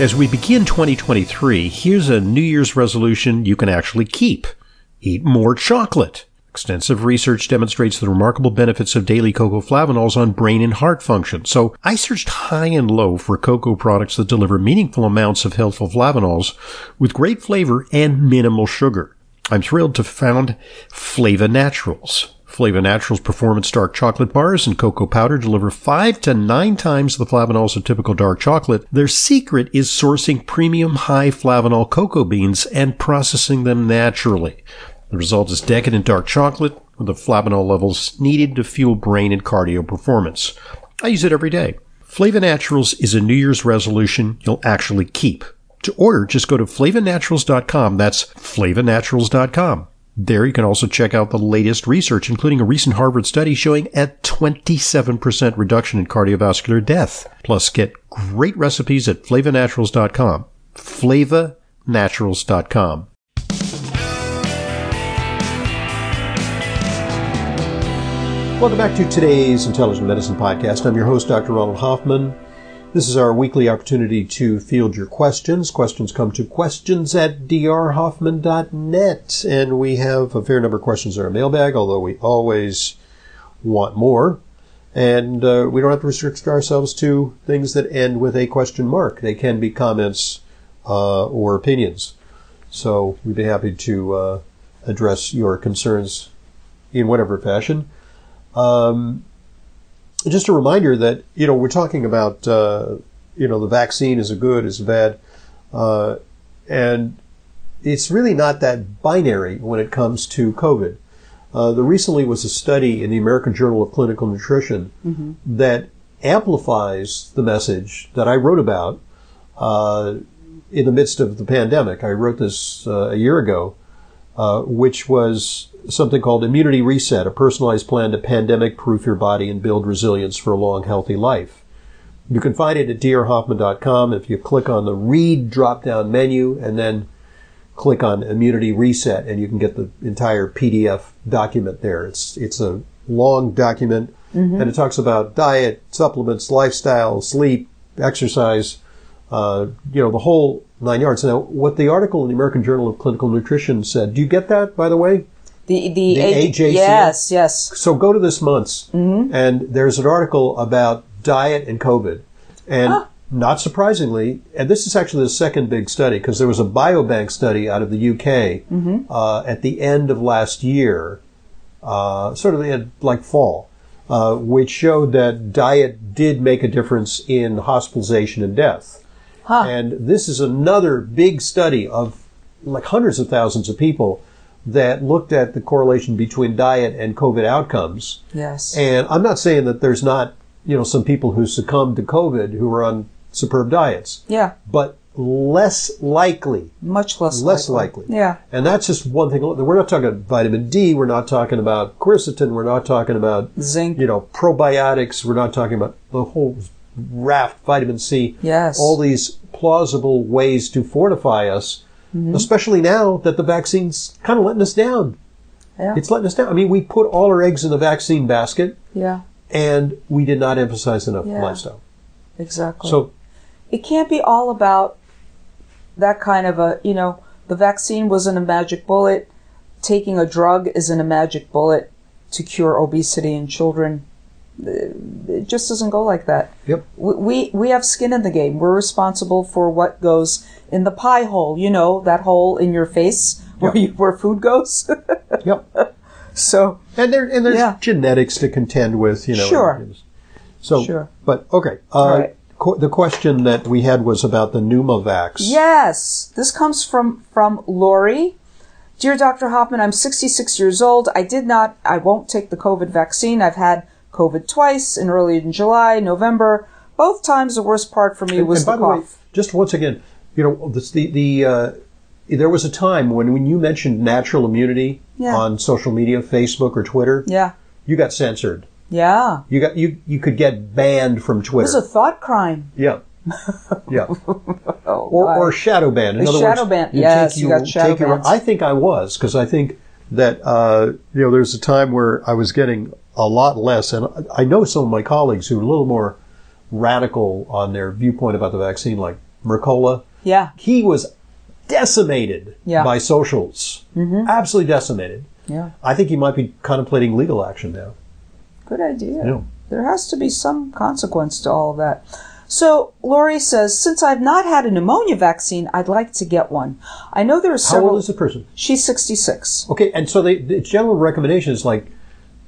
As we begin 2023, here's a New Year's resolution you can actually keep eat more chocolate. Extensive research demonstrates the remarkable benefits of daily cocoa flavanols on brain and heart function. So I searched high and low for cocoa products that deliver meaningful amounts of healthful flavanols with great flavor and minimal sugar. I'm thrilled to found Flava Naturals. Flava Naturals performance dark chocolate bars and cocoa powder deliver five to nine times the flavanols of typical dark chocolate. Their secret is sourcing premium high flavanol cocoa beans and processing them naturally. The result is decadent dark chocolate with the flavanol levels needed to fuel brain and cardio performance. I use it every day. Flava Naturals is a New Year's resolution you'll actually keep. To order, just go to flavanaturals.com. That's flavanaturals.com. There you can also check out the latest research, including a recent Harvard study showing a 27% reduction in cardiovascular death. Plus, get great recipes at flavanaturals.com. flavanaturals.com. Welcome back to today's Intelligent Medicine Podcast. I'm your host, Dr. Ronald Hoffman. This is our weekly opportunity to field your questions. Questions come to questions at drhoffman.net, and we have a fair number of questions in our mailbag, although we always want more. And uh, we don't have to restrict ourselves to things that end with a question mark. They can be comments uh, or opinions. So we'd be happy to uh, address your concerns in whatever fashion. Um, just a reminder that you know we're talking about uh, you know the vaccine is a good is a bad, uh, and it's really not that binary when it comes to COVID. Uh, there recently was a study in the American Journal of Clinical Nutrition mm-hmm. that amplifies the message that I wrote about uh, in the midst of the pandemic. I wrote this uh, a year ago, uh, which was something called Immunity Reset, a personalized plan to pandemic proof your body and build resilience for a long, healthy life. You can find it at drhoffman.com if you click on the read drop down menu and then click on Immunity Reset and you can get the entire PDF document there. It's, it's a long document mm-hmm. and it talks about diet, supplements, lifestyle, sleep, exercise, uh, you know, the whole nine yards. Now, what the article in the American Journal of Clinical Nutrition said, do you get that, by the way? The the, the A- AJCO? Yes, yes. So go to this month's, mm-hmm. and there's an article about diet and COVID, and ah. not surprisingly, and this is actually the second big study because there was a biobank study out of the UK mm-hmm. uh, at the end of last year, uh, sort of the like fall. Uh, which showed that diet did make a difference in hospitalization and death. Huh. Ah. And this is another big study of like hundreds of thousands of people that looked at the correlation between diet and COVID outcomes. Yes. And I'm not saying that there's not, you know, some people who succumbed to COVID who were on superb diets. Yeah. But less likely. Much less Less likely. likely. Yeah. And that's just one thing. We're not talking about vitamin D. We're not talking about quercetin. We're not talking about zinc. You know, probiotics. We're not talking about the whole raft, vitamin C. Yes. All these plausible ways to fortify us. Mm-hmm. especially now that the vaccine's kind of letting us down. Yeah. It's letting us down. I mean, we put all our eggs in the vaccine basket. Yeah. And we did not emphasize enough yeah. lifestyle. Exactly. So it can't be all about that kind of a, you know, the vaccine wasn't a magic bullet. Taking a drug isn't a magic bullet to cure obesity in children. It just doesn't go like that. Yep. We, we have skin in the game. We're responsible for what goes in the pie hole, you know, that hole in your face where Yep. you, where food goes. yep. so And there and there's Yeah. genetics to contend with, you know. Sure. and- So Sure. but okay. All Uh, right. qu- the question that we had was about the pneumovax. yes, this comes from from Lori. Dear Dr. Hoffman, I'm 66 years old. I did not, I won't take the COVID vaccine. I've had COVID twice in early in July, November. Both times the worst part for me was and by the the way, cough. just once again, you know, this, the the uh, there was a time when when you mentioned natural immunity Yeah. on social media, Facebook or Twitter, yeah. you got censored. Yeah. You got you you could get banned from It Twitter. was a thought crime. yeah. Yeah, Oh, or, wow. or shadow ban. In A other shadow words, ban. Yes, you got shadow your- bans. I think I was because I think that uh, you know there was a time where I was getting a lot less, and I I know some of my colleagues who are a little more radical on their viewpoint about the vaccine, like Mercola. Yeah. He was decimated Yeah. Mm-hmm. by socials. Absolutely decimated. Yeah. I think he might be contemplating legal action now. Good idea. Yeah. There has to be some consequence to all of that. So Lori says, since I've not had a pneumonia vaccine, I'd like to get one. I know there are How several. old is the person? She's 66. Okay, and so they, the general recommendation is like,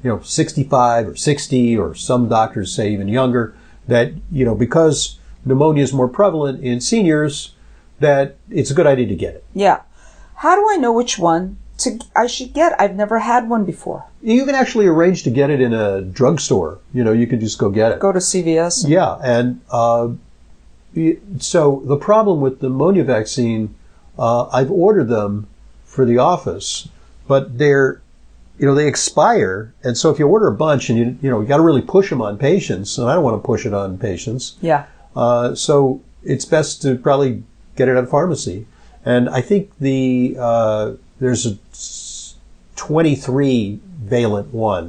you know, 65 or 60, or some doctors say even younger, that, you know, because pneumonia is more prevalent in seniors, that it's a good idea to get it. Yeah. How do I know which one to I should get? I've never had one before. You can actually arrange to get it in a drugstore. You know, you can just go get it. Go to CVS. Yeah, and uh, y- so the problem with the pneumonia vaccine, uh, I've ordered them for the office, but they're, you know, they expire, and so if you order a bunch and you you know you got to really push them on patients, and I don't want to push it on patients, Yeah. uh, so it's best to probably get it at a pharmacy, and I think the uh, there's a s- 23 valent one.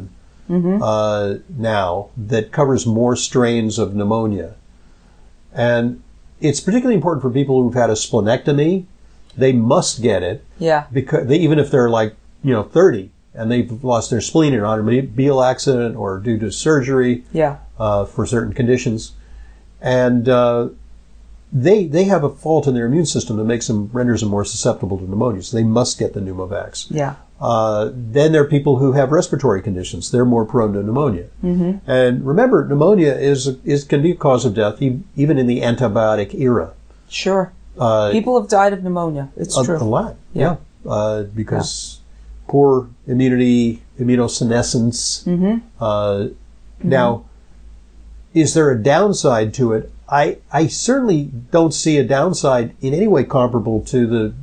Uh, now that covers more strains of pneumonia. And it's particularly important for people who've had a splenectomy. They must get it Yeah. because they, even if they're like you know 30 and they've lost their spleen in an automobile accident or due to surgery Yeah. uh, for certain conditions, and uh, they they have a fault in their immune system that makes them renders them more susceptible to pneumonia. So they must get the pneumovax. Yeah. Uh, then there are people who have respiratory conditions. They're more prone to pneumonia. Mm-hmm. And remember, pneumonia is, is can be a cause of death e- even in the antibiotic era. Sure. Uh, People have died of pneumonia. It's a, a true. lot, Yeah. yeah, Uh, because poor immunity, immunosenescence. Mm-hmm. Uh, Now, is there a downside to it? I I certainly don't see a downside in any way comparable to the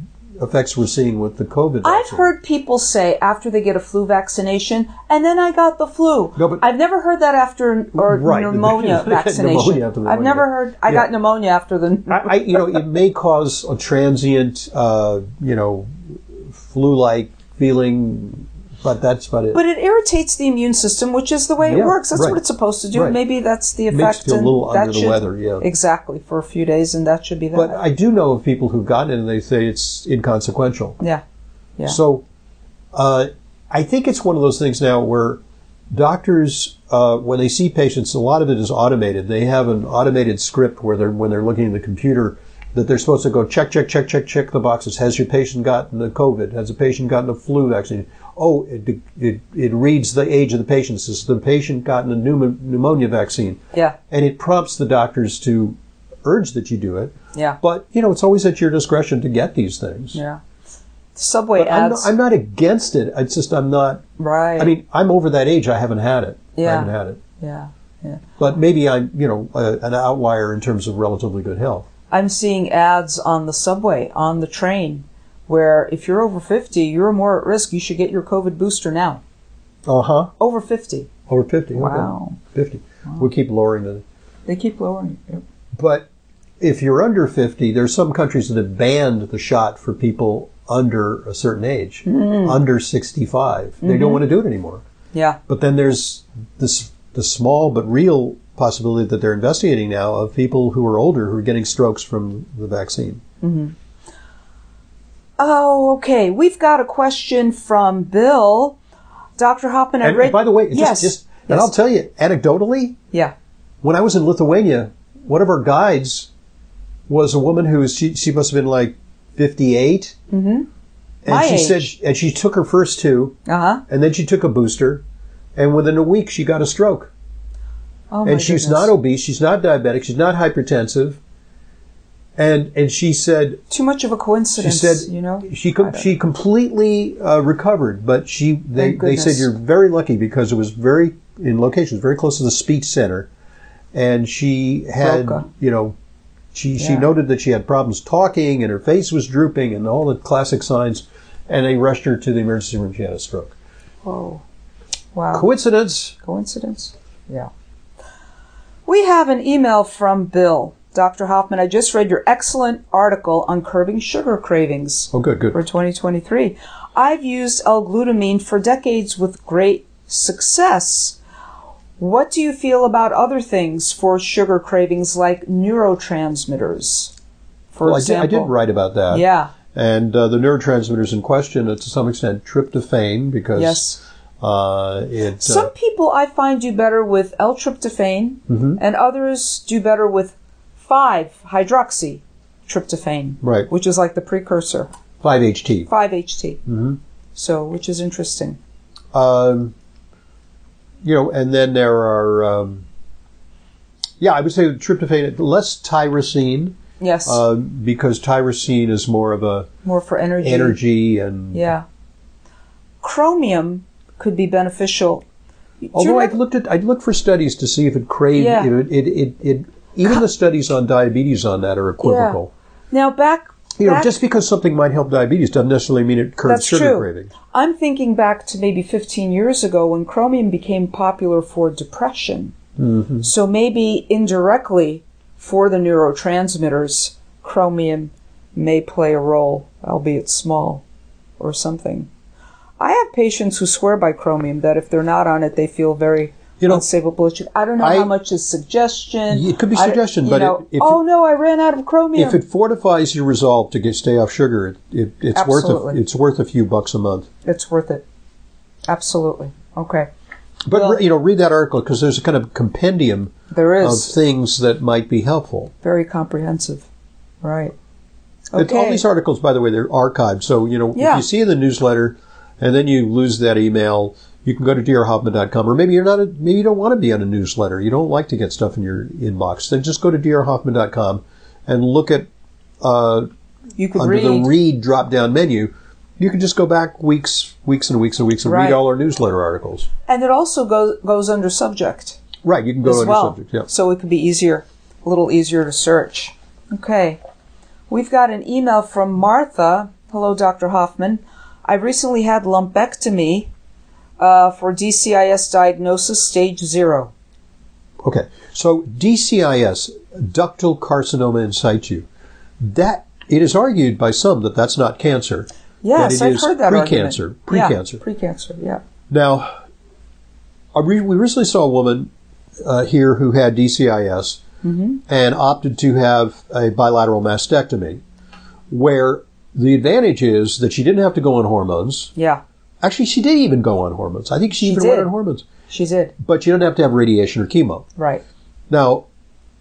effects we're seeing with the COVID. I've vaccine. heard people say after they get a flu vaccination, and then I got the flu. No, but- I've never heard that after or Right. pneumonia Pneumonia vaccination. after I've pneumonia. never heard I Yeah. got pneumonia after the. I, I, you know, it may cause a transient, uh, you know, flu-like feeling, but that's about it. but it irritates the immune system, which is the way it Yeah, works. That's what right. it's supposed to do. Right. Maybe that's the Makes you effect. feel a and little that under the should- weather, yeah. Exactly for a few days, and that should be that. But I do know of people who've gotten it and they say it's inconsequential. yeah, Yeah. So, uh, I think it's one of those things now where doctors, uh, when they see patients, a lot of it is automated. They have an automated script where they're when they're looking at the computer that they're supposed to go check, check, check, check, check the boxes. Has your patient gotten the COVID? Has the patient gotten the flu vaccine? Oh, it, it, it reads the age of the patient. Has the patient gotten a pneumo- pneumonia vaccine? yeah, And it prompts the doctors to urge that you do it. yeah, But, you know, it's always at your discretion to get these things. yeah. Subway But I'm, ads, not, I'm not against it. It's just I'm not. right? I mean, I'm over that age. I haven't had it. I Yeah. haven't had it. yeah. But maybe I'm, you know, uh, an outlier in terms of relatively good health. I'm seeing ads on the subway, on the train, where if you're over 50, you're more at risk. You should get your COVID booster now. Uh huh. Over 50. Over fifty. okay. Wow. Fifty. We keep lowering the. They keep lowering it. But if you're under fifty, there's some countries that have banned the shot for people under a certain age, under sixty-five. They don't want to do it anymore. Yeah, But then there's this the small but real possibility that they're investigating now of people who are older who are getting strokes from the vaccine. Oh, okay. We've got a question from Bill. Dr. Hoffman, I And, read. and by the way, just, yes. just and I'll yes. tell you anecdotally, yeah. when I was in Lithuania, one of our guides was a woman who was, she, she must have been like 58. Mm-hmm. And My she age. said, and she took her first two, Uh huh. and then she took a booster, and within a week she got a stroke. Oh, my and she's goodness. not obese, she's not diabetic, she's not hypertensive. And, and she said Too much of a she coincidence, said you know? she com- I don't- she completely uh, recovered, but she they, Thank they said goodness. you're very lucky because it was very in location, it was very close to the speech center, and she had Broca. you know she she Yeah. noted that she had problems talking and her face was drooping and all the classic signs, and they rushed her to the emergency room. She had a stroke. Whoa. Wow. Coincidence? Coincidence? Yeah. We have an email from Bill. Dr. Hoffman, I just read your excellent article on curbing sugar cravings. Oh, good, for good. 2023. I've used L-glutamine for decades with great success. What do you feel about other things for sugar cravings like neurotransmitters? for well, I did, I example. did write about that. Yeah. And uh, the neurotransmitters in question, uh, to some extent, tryptophan because Yes. uh, it. Some people I find do better with L-tryptophan, Mm-hmm. and others do better with 5-hydroxytryptophan, Right. which is like the precursor, uh, 5-HT. 5-HT. Mm-hmm. So, which is interesting. Um, you know, and then there are. Um, yeah, I would say tryptophan, less tyrosine Yes, uh, because tyrosine is more of a more for energy. energy and. Yeah. Chromium could be beneficial. Do you Although I'd remember- looked at, I'd looked for studies to see if it craved. Yeah. If it, it, it, it, even the studies on diabetes on that are equivocal. now back, You know, back- just because something might help diabetes doesn't necessarily mean it curbs That's sugar true. cravings. I'm thinking back to maybe 15 years ago when chromium became popular for depression. Mm-hmm. So maybe indirectly for the neurotransmitters, chromium may play a role, albeit small, or something. I have patients who swear by chromium that if they're not on it, they feel very You know, unstable blood sugar. I don't know I- how much is suggestion. It could be I- suggestion, you but know, if- if oh no, I ran out of chromium. If it fortifies your resolve to get, stay off sugar, it, it, it's worth a, Absolutely. it's worth a few bucks a month. it's worth it. Absolutely. Okay. But Well- re- you know, read that article because there's a kind of compendium There of is. things that might be helpful. very comprehensive. Right. It's- all Okay. these articles, by the way, they're archived. So you know, if Yeah. you see in the newsletter, and then you lose that email, you can go to drhoffman.com, or maybe you're not, a, maybe you don't want to be on a newsletter. You don't like to get stuff in your inbox. Then just go to drhoffman.com and look at uh, you could under read. the read drop down menu. You can just go back weeks, weeks and weeks and weeks and Right. read all our newsletter articles. and it also goes goes under subject Right, you can go as under well. subject. Yeah. So it could be easier, a little easier to search. Okay. We've got an email from Martha. Hello, Dr. Hoffman. I recently had lumpectomy uh, for DCIS diagnosis stage zero. Okay, so DCIS, ductal carcinoma in situ, that it is argued by some that that's not cancer. Yes, it I've is heard that pre-cancer, argument. Yeah, pre-cancer. pre-cancer, yeah. Now, I re- we recently saw a woman uh, here who had DCIS Mm-hmm. and opted to have a bilateral mastectomy, where the advantage is that she didn't have to go on hormones. Yeah, Actually, she did even go on hormones. I think she, She even did. went on hormones, she did. but she didn't have to have radiation or chemo. Right. Now,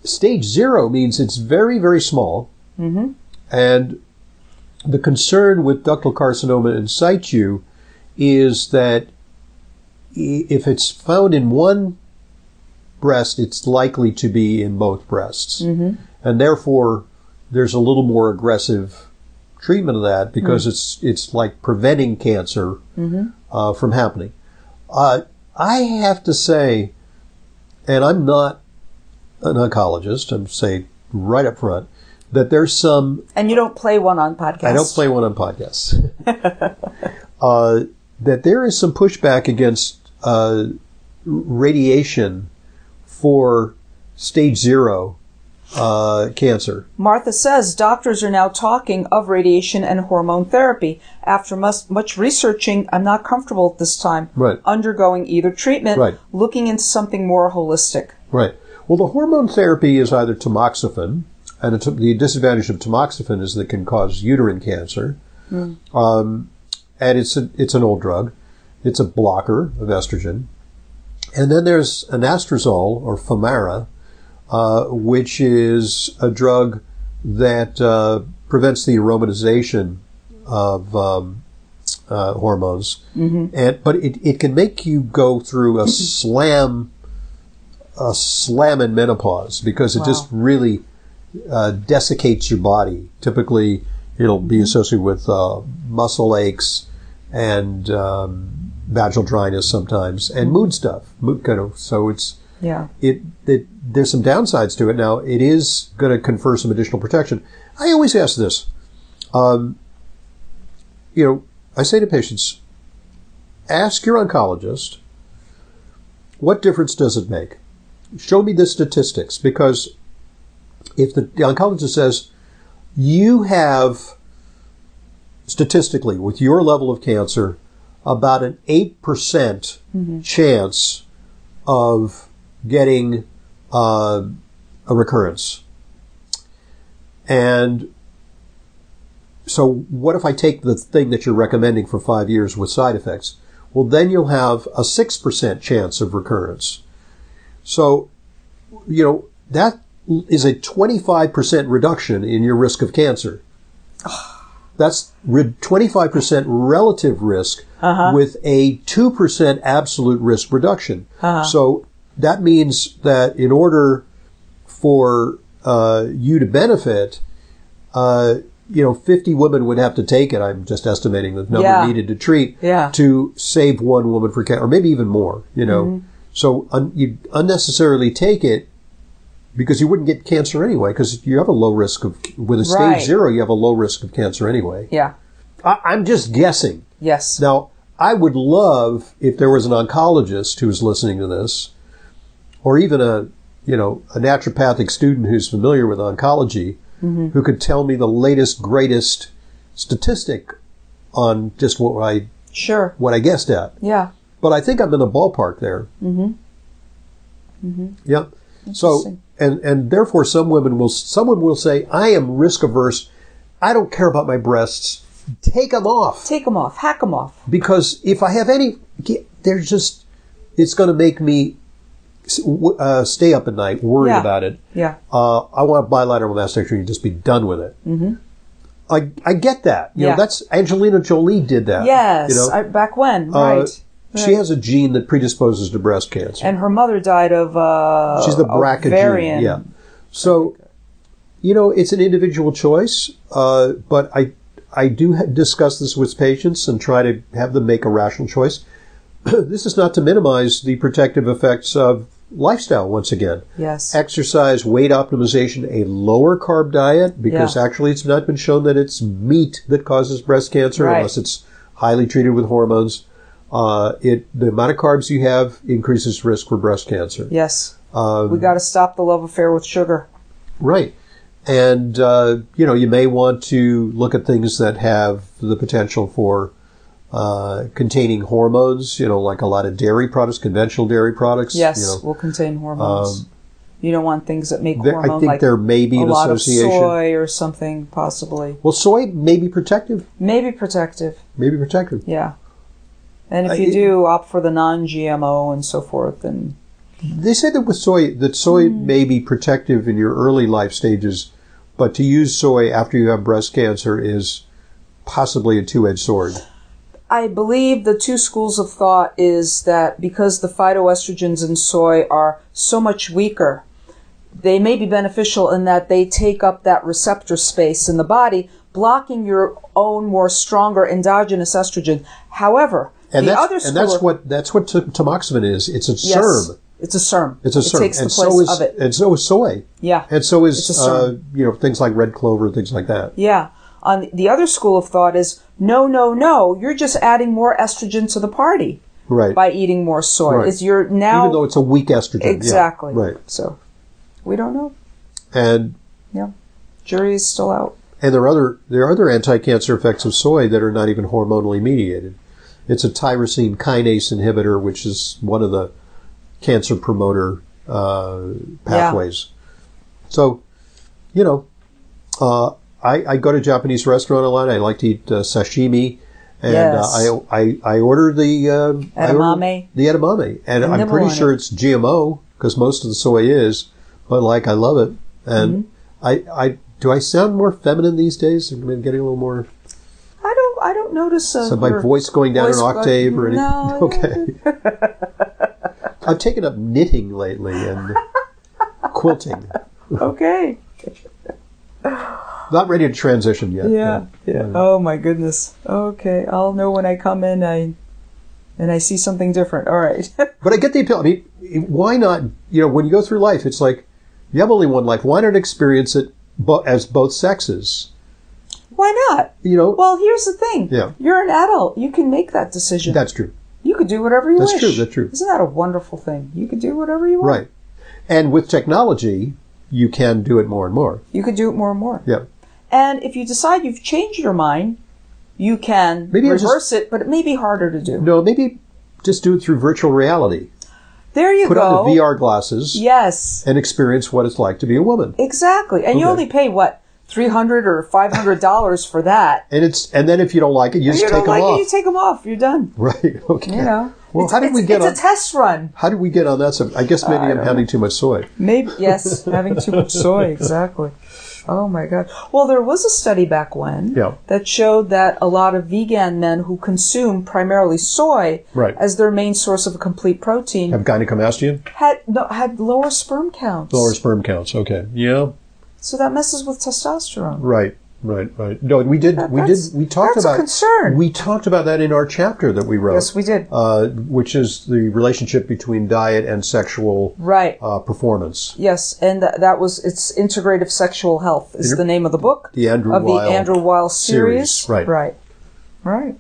stage zero means it's very, very small. Mm-hmm. And the concern with ductal carcinoma in situ is that i- if it's found in one breast, it's likely to be in both breasts. Mm-hmm. And therefore, there's a little more aggressive treatment of that because it's it's like preventing cancer uh, from happening. Uh, I have to say, and I'm not an oncologist, I'm saying right up front, that there's some, And you don't play one on podcasts. I don't play one on podcasts, uh, that there is some pushback against uh, radiation for stage zero uh, cancer. Martha says doctors are now talking of radiation and hormone therapy. After mus- much researching, I'm not comfortable at this time Right. undergoing either treatment, Right. looking into something more holistic. Right. Well, the hormone therapy is either tamoxifen, and it's, the disadvantage of tamoxifen is that it can cause uterine cancer. Um, and it's a, it's an old drug. It's a blocker of estrogen. And then there's anastrozole or Femara, uh, which is a drug that uh, prevents the aromatization of um, uh, hormones. And but it, it can make you go through a slam a slam in menopause because it Wow. just really uh, desiccates your body. Typically, it'll be associated with uh, muscle aches and um, vaginal dryness sometimes, and mood stuff. Mood kind of so it's Yeah. it, it there's some downsides to it. Now it is going to confer some additional protection. I always ask this, um, you know, I say to patients, ask your oncologist, what difference does it make? Show me the statistics because if the, the oncologist says you have statistically with your level of cancer about an 8% percent chance of getting uh, a recurrence. And so what if I take the thing that you're recommending for five years with side effects? Well, then you'll have a 6% chance of recurrence. So, you know, that is a 25% reduction in your risk of cancer. That's re- 25% relative risk with a 2% absolute risk reduction. So that means that in order for uh, you to benefit, uh, you know, 50 women would have to take it. I'm just estimating the number Yeah. needed to treat Yeah. to save one woman for cancer, or maybe even more, you know. Mm-hmm. So un- you unnecessarily take it because you wouldn't get cancer anyway, because you have a low risk of, with a stage Right. zero, you have a low risk of cancer anyway. Yeah. I- I'm just guessing. Yes. Now, I would love if there was an oncologist who was listening to this, or even a you know a naturopathic student who's familiar with oncology, Mm-hmm. who could tell me the latest greatest statistic on just what I Sure. what I guessed at. Yeah. But I think I'm in the ballpark there. Mm-hmm. Mm-hmm. Yeah. So Interesting. and and therefore some women will some women will say I am risk averse. I don't care about my breasts. Take them off Take them off. Hack them off. because if I have any, there's just it's going to make me s- w- uh, stay up at night worrying Yeah. about it. Yeah. Uh, I want a bilateral mastectomy and just be done with it. Mm-hmm. I I get that. You know, Yeah. that's Angelina Jolie did that. Yes. you know, I, back when. Uh, right. she has a gene that predisposes to breast cancer. And her mother died of. Uh, She's the BRCA ovarian. gene. Yeah. So, you know, it's an individual choice, uh, but I I do ha- discuss this with patients and try to have them make a rational choice. this is not to minimize the protective effects of lifestyle once again. Yes. Exercise, weight optimization, a lower carb diet, because Yeah. actually it's not been shown that it's meat that causes breast cancer Right. unless it's highly treated with hormones. Uh, it the amount of carbs you have increases risk for breast cancer. Yes. Um, We got to stop the love affair with sugar. Right. And, uh, you know, you may want to look at things that have the potential for uh, containing hormones, you know, like a lot of dairy products, conventional dairy products. Yes. You know, will contain hormones. you don't want things that make there, hormone I think like there may be a an lot of association. soy or something possibly. Well, soy may be protective. Maybe protective. Maybe protective. Yeah. And Uh, if you it- do opt for the non-GMO and so forth, and They say that with soy, that soy Hmm. may be protective in your early life stages, but to use soy after you have breast cancer is possibly a two-edged sword. I believe the two schools of thought is that because the phytoestrogens in soy are so much weaker, they may be beneficial in that they take up that receptor space in the body, blocking your own more stronger endogenous estrogen. However, And the that's, other school and that's of- what that's what t- tamoxifen is. It's a Yes. SERM. It's a SERM. It's a It SERM. takes the and place so is, of it. And so is soy. Yeah. And so is It's a uh, SERM. you know things like red clover, things like that. yeah. On the other school of thought is no, no, no. You're just adding more estrogen to the party Right. by eating more soy. Right. Is you're now Even though it's a weak estrogen. Yeah. exactly Right. So we don't know. And Yeah, jury is still out. and there are other there are other anti-cancer effects of soy that are not even hormonally mediated. It's a tyrosine kinase inhibitor, which is one of the cancer promoter uh, pathways. So, you know, uh, I, I go to a Japanese restaurant a lot. I like to eat uh, sashimi, and Yes. uh, I, I I order the um, I order Edamame. the edamame, and I'm Nibble pretty on sure it. it's GMO because most of the soy is. But like, I love it, and I I do I sound more feminine these days? I'm getting a little more. I don't. I don't notice. Uh, So my your voice going down voice an go- octave or anything? No. Okay. I've taken up knitting lately and quilting. Okay. Not ready to transition yet. Yeah. Yeah. Oh my goodness. Okay. I'll know when I come in. I and I see something different. All right. But I get the appeal. I mean, why not? You know, when you go through life, it's like you have only one life. Why not experience it bo- as both sexes? Why not? You know, Well, here's the thing. Yeah. You're an adult. You can make that decision. that's true. you could do whatever you That's wish. true, that's true. Isn't that a wonderful thing? You could do whatever you want. Right. And with technology, you can do it more and more. You could do it more and more. Yeah. And if you decide you've changed your mind, you can Maybe I'll reverse it, but it may be harder to do. No, maybe just do it through virtual reality. There you Put go. on the VR glasses Yes. and experience what it's like to be a woman. Exactly. And you Okay. only pay what? three hundred or five hundred dollars for that. And it's and then if you don't like it, you If just you take don't them like off. it, you take them off. You're done. right. Okay. You know. Well, It's- how did we it's- get It's on- a test run. How did we get on that subject? I guess maybe I I'm don't having too much soy. Maybe yes, having too much soy. Exactly. Oh my god. Well, there was a study back when Yeah. that showed that a lot of vegan men who consume primarily soy Right. as their main source of complete protein Have gynecomastia? had no, had lower sperm counts. Lower sperm counts. Okay. Yeah. So that messes with testosterone. Right. Right. Right. No, we did. That- we did. that's- We talked that's a about concern. We talked about that in our chapter that we wrote. Yes, we did. uh, which is the relationship between diet and sexual Right. uh, performance. Yes, and th- that was it's integrative sexual health is Inter- the name of the book The Andrew of Weil the Andrew Weil series, series. right. Right. Right.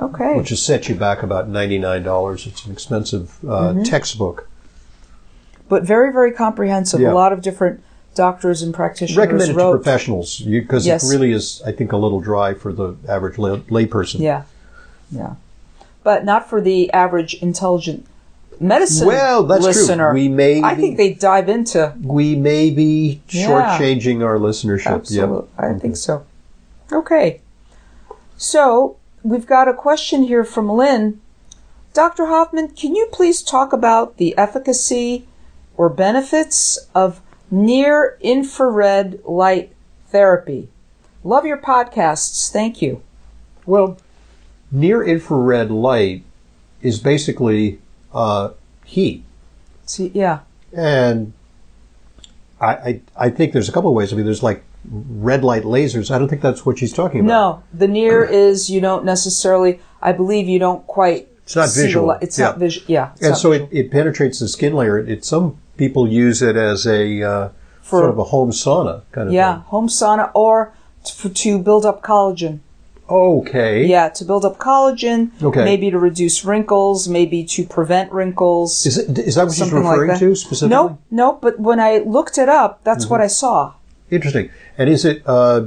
Okay. which has set you back about $99. It's an expensive uh, Mm-hmm. textbook. but very very comprehensive. Yeah. A lot of different doctors and practitioners Recommended to wrote. professionals because Yes. it really is, I think, a little dry for the average la- layperson. Yeah. Yeah. But not for the average intelligent medicine Well, that's true. listener. We may I be- think they dive into We may be Yeah. shortchanging our listenership. Absolutely. I Mm-hmm. think so. Okay. So we've got a question here from Lynn. Dr. Hoffman, can you please talk about the efficacy or benefits of near infrared light therapy? Love your podcasts. Thank you. Yep. Well, near infrared light is basically uh, heat. See, yeah. And I, I, I think there's a couple of ways. I mean, there's like red light lasers. I don't think that's what she's talking about. No, the near is you don't necessarily. I believe you don't quite. It's not see the visual. li- It's Yeah. not visual. Yeah. it's and not so visual. it, it penetrates the skin layer. It, it some people use it as a uh, For- sort of a home sauna kind of yeah, thing. home sauna or t- for, to build up collagen. Okay. Yeah, to build up collagen. Okay. Maybe to reduce wrinkles. Maybe to prevent wrinkles. Is it is that what she's something like referring that. to specifically? Mm-hmm. Nope, nope. But when I looked it up, that's what I saw. Interesting. And is it uh,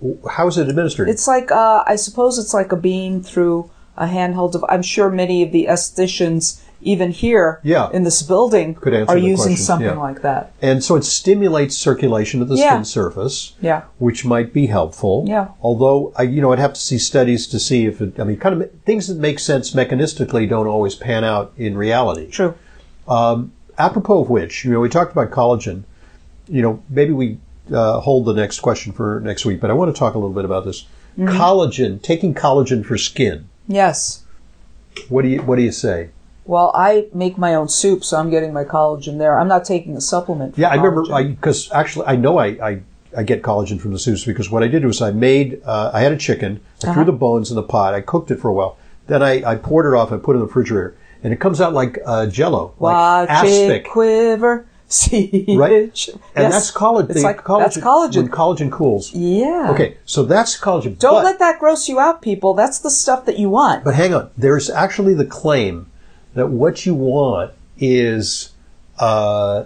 w- how is it administered? It's like uh, I suppose it's like a beam through a handheld. Dev- I'm sure many of the estheticians, even here Yeah. in this building, Could answer are the using question, something yeah. like that. and so it stimulates circulation of the Yeah. skin surface. Yeah. Which might be helpful. Yeah. Although I, you know, I'd have to see studies to see if it. I mean, kind of things that make sense mechanistically don't always pan out in reality. True. apropos of which, you know, we talked about collagen. You know, maybe we uh, hold the next question for next week, but I want to talk a little bit about this collagen. Taking collagen for skin. Yes. What do you What do you say? Well, I make my own soup, so I'm getting my collagen there. I'm not taking a supplement. For Yeah, I remember collagen. because actually, I know I. I I get collagen from the soups because what I did was I made, uh, I had a chicken, I Uh-huh. threw the bones in the pot, I cooked it for a while, then I, I poured it off, I put it in the refrigerator, and it comes out like uh, jello, Watch like aspic. it quiver. See Right? it sh- And Yes. that's collagen. It's like, collagen. That's collagen. When collagen cools. Yeah. Okay, so that's collagen. Don't but- let that gross you out, people. That's the stuff that you want. But hang on, there's actually the claim that what you want is, uh,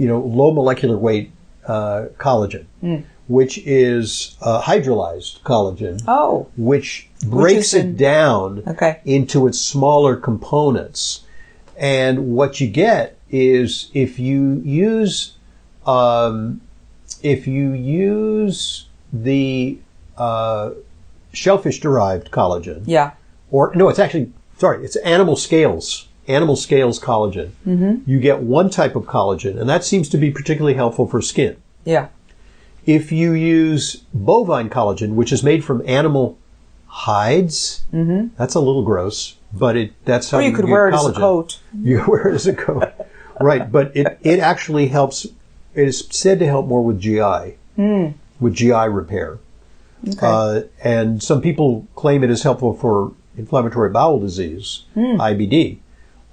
you know, low molecular weight uh, collagen, Hmm. which is uh, hydrolyzed collagen, Oh, which breaks is it in- down Okay. into its smaller components. And what you get is if you use, um, if you use the uh, shellfish derived collagen, yeah. or no, it's actually sorry, it's animal scales, animal scales collagen. Mm-hmm. You get one type of collagen, and that seems to be particularly helpful for skin. Yeah. If you use bovine collagen, which is made from animal hides, mm-hmm. that's a little gross, but it that's how Or you you could get wear it collagen. as a coat. You wear it as a coat, right? But it it actually helps. It is said to help more with GI, with GI repair. Okay. Uh, and some people claim it is helpful for inflammatory bowel disease, IBD.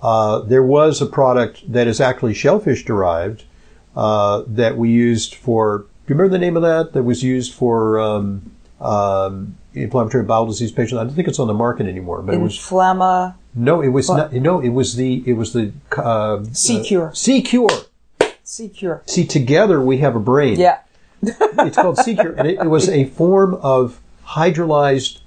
Uh, there was a product that is actually shellfish derived uh, that we used for. Do you remember the name of that? That was used for um, um, inflammatory bowel disease patients. I don't think it's on the market anymore, but it was Inflamma. no, it was not. No, it was the it was the uh, Sea Cure. C Cure. Sea Cure. See, together we have a brain. Yeah. it's called Sea Cure, and it, it was a form of hydrolyzed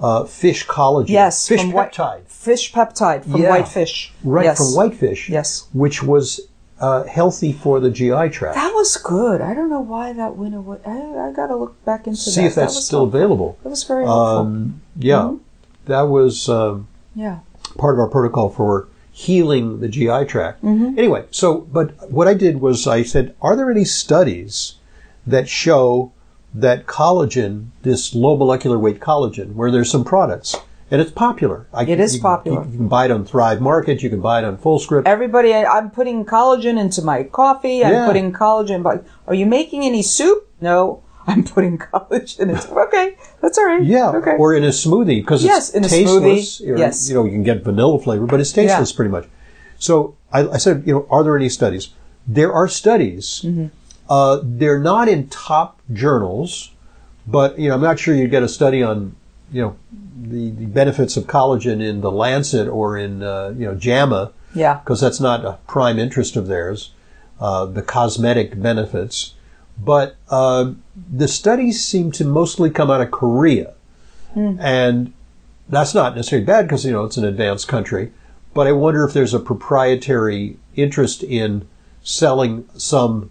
uh, fish collagen. Yes. fish from white- peptide, fish peptide from Yeah. white fish. right Yes. from whitefish. Yes. which was uh, healthy for the GI tract. That was good. I don't know why that went away. I, I got to look back into See that. if that's that was Mm-hmm. still helpful. available. That was very helpful. Um, yeah, that was um, yeah. part of our protocol for healing the GI tract. Mm-hmm. Anyway, so but what I did was I said, are there any studies that show that collagen, this low molecular weight collagen, where there's some products and it's popular. I, It is you- popular. You, you can buy it on Thrive Market. You can buy it on FullScript. Everybody, I, I'm putting collagen into my coffee. I'm Yeah. putting collagen. But are you making any soup? No, I'm putting collagen into. Okay, that's all right. Yeah, Okay. or in a smoothie because Yes, it's in a tasteless. smoothie, or, yes. you know you can get vanilla flavor, but it's tasteless pretty much. So I, I said, you know, are there any studies? There are studies. Mm-hmm. Uh, they're not in top journals, but you know, I'm not sure you'd get a study on you know the, the benefits of collagen in the Lancet or in uh, you know JAMA yeah. because that's not a prime interest of theirs, uh, the cosmetic benefits. But um the studies seem to mostly come out of Korea, Hmm. and that's not necessarily bad because you know it's an advanced country. But I wonder if there's a proprietary interest in selling some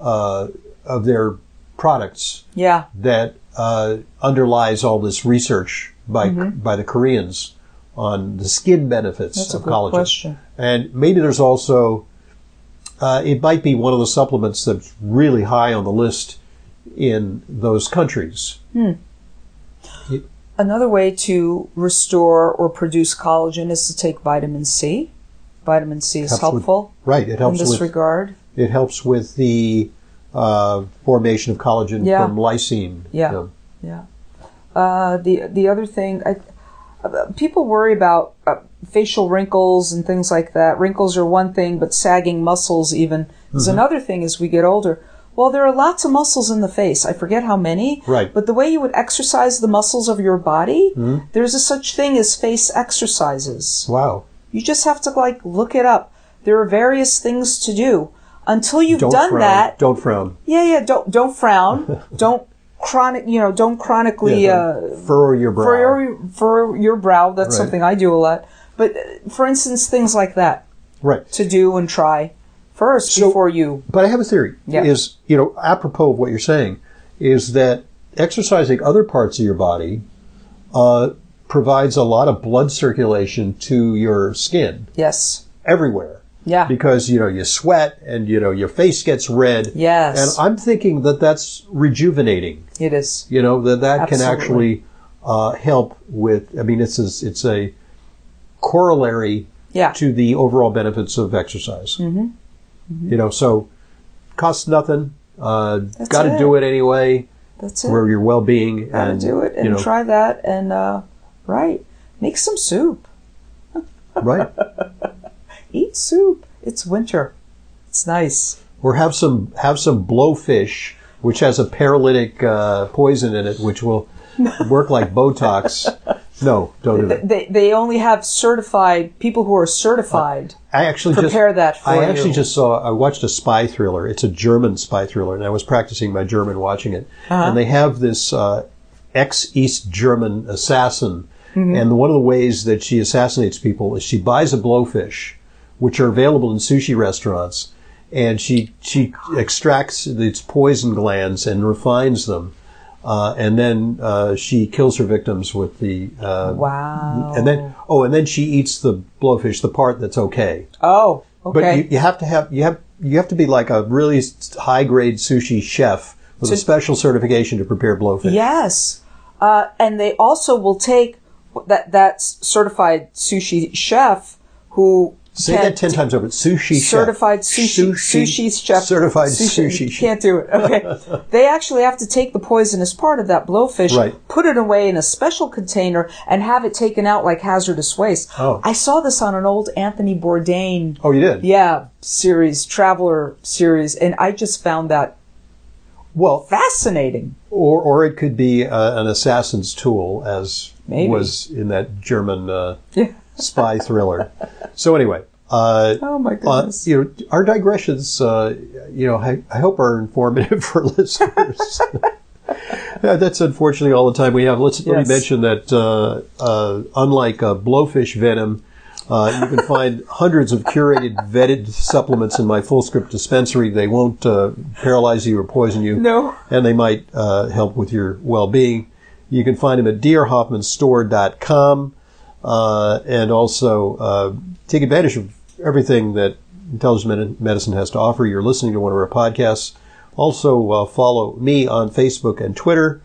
uh, of their products Yeah. that uh, underlies all this research by by the Koreans on the skin benefits Mm-hmm. That's a of good collagen. question. And maybe there's also, uh, it might be one of the supplements that's really high on the list in those countries. Another way to restore or produce collagen is to take vitamin C. Vitamin C is Helps with- helpful Right. It in helps this with regard. it helps with the uh, formation of collagen Yeah. from lysine. Yeah. Yeah. Uh, the the other thing, I, uh, people worry about uh, facial wrinkles and things like that. Wrinkles are one thing, but sagging muscles even Mm-hmm. is another thing as we get older. Well, there are lots of muscles in the face. I forget how many. Right. Mm-hmm. But the way you would exercise the muscles of your body, there's a such thing as face exercises. Wow. You just have to like look it up. There are various things to do. Until you've Don't done frown. that, Don't frown. yeah, yeah. Don't don't frown. don't chronic. You know, don't chronically Yeah, uh, don't furrow your brow. for your for your brow. That's Right. something I do a lot. But uh, for instance, things like that right. to do and try first So- before you. But I have a theory. Yeah. Is you know, apropos of what you're saying, is that exercising other parts of your body uh, provides a lot of blood circulation to your skin Yes. everywhere Yeah. because you know you sweat and you know your face gets red. Yes. And I'm thinking that that's rejuvenating. it is. You know that that can Absolutely. actually uh, help with. I mean, it's a, it's a corollary Yeah. to the overall benefits of exercise. Mm-hmm. You know, so costs nothing. Uh, Got to it. do it anyway That's it. for your well-being. Gotta and, do it and you know, try that and uh, right. Make some soup. right? Eat soup. It's winter. It's nice. Or have some have some blowfish, which has a paralytic uh, poison in it, which will work like Botox. No, don't do that. They they only have certified people who are certified. I actually Prepare just, that for I actually you. just saw. I watched a spy thriller. It's a German spy thriller, and I was practicing my German watching it. Uh-huh. And they have this uh, ex-East German assassin, Mm-hmm. and one of the ways that she assassinates people is she buys a blowfish, which are available in sushi restaurants, and she she extracts its poison glands and refines them. Uh, and then uh, she kills her victims with the uh, wow. and then oh and then she eats the blowfish the part that's okay oh okay. but you, you have to have you have you have to be like a really high grade sushi chef with a special certification to prepare blowfish. Yes, uh, and they also will take that that certified sushi chef who Say can- that ten times over. Sushi certified chef. sushi sushi, chef Certified sushi, chef. can't do it. Okay, they actually have to take the poisonous part of that blowfish, Right. put it away in a special container, and have it taken out like hazardous waste. Oh. I saw this on an old Anthony Bourdain. Oh, you did. Yeah, series, traveler series, and I just found that Well, fascinating. or or it could be uh, an assassin's tool, as Maybe. was in that German uh, Yeah. spy thriller. So anyway, uh, Oh my uh, goodness. you know, our digressions, uh, you know, I, I hope are informative for listeners. Yeah, that's unfortunately all the time we have. Let's let me Yes. mention that uh, uh, unlike uh, blowfish venom, Uh, you can find hundreds of curated, vetted supplements in my full script dispensary. They won't uh, paralyze you or poison you. No. And they might uh, help with your well being. You can find them at drhoffmanstore.com uh, and also uh, take advantage of everything that intelligent Medi- medicine has to offer. You're listening to one of our podcasts. Also, uh, follow me on Facebook and Twitter.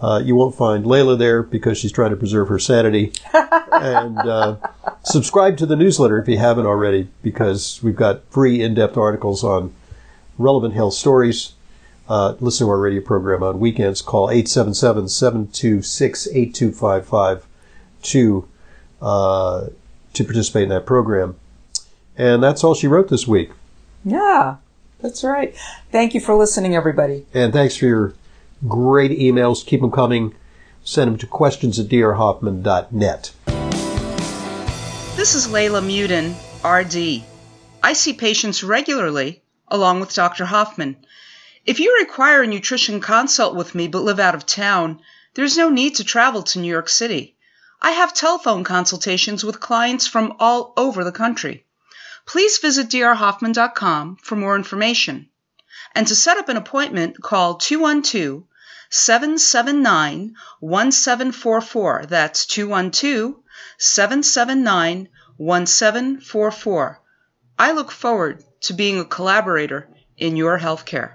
Uh, you won't find Layla there because she's trying to preserve her sanity. and uh, subscribe to the newsletter if you haven't already, because we've got free in depth articles on relevant health stories. Uh, listen to our radio program on weekends. Call 877 726 8255 to uh, to participate in that program. And that's all she wrote this week. Yeah, that's right. Thank you for listening, everybody. And thanks for your great emails. Keep them coming. Send them to questions at drhoffman.net. This is Layla Mudin, RD. I see patients regularly, along with Dr. Hoffman. If you require a nutrition consult with me but live out of town, there's no need to travel to New York City. I have telephone consultations with clients from all over the country. Please visit drhoffman.com for more information. And to set up an appointment, call 212 779 1744. That's 212 779 1744. I look forward to being a collaborator in your healthcare.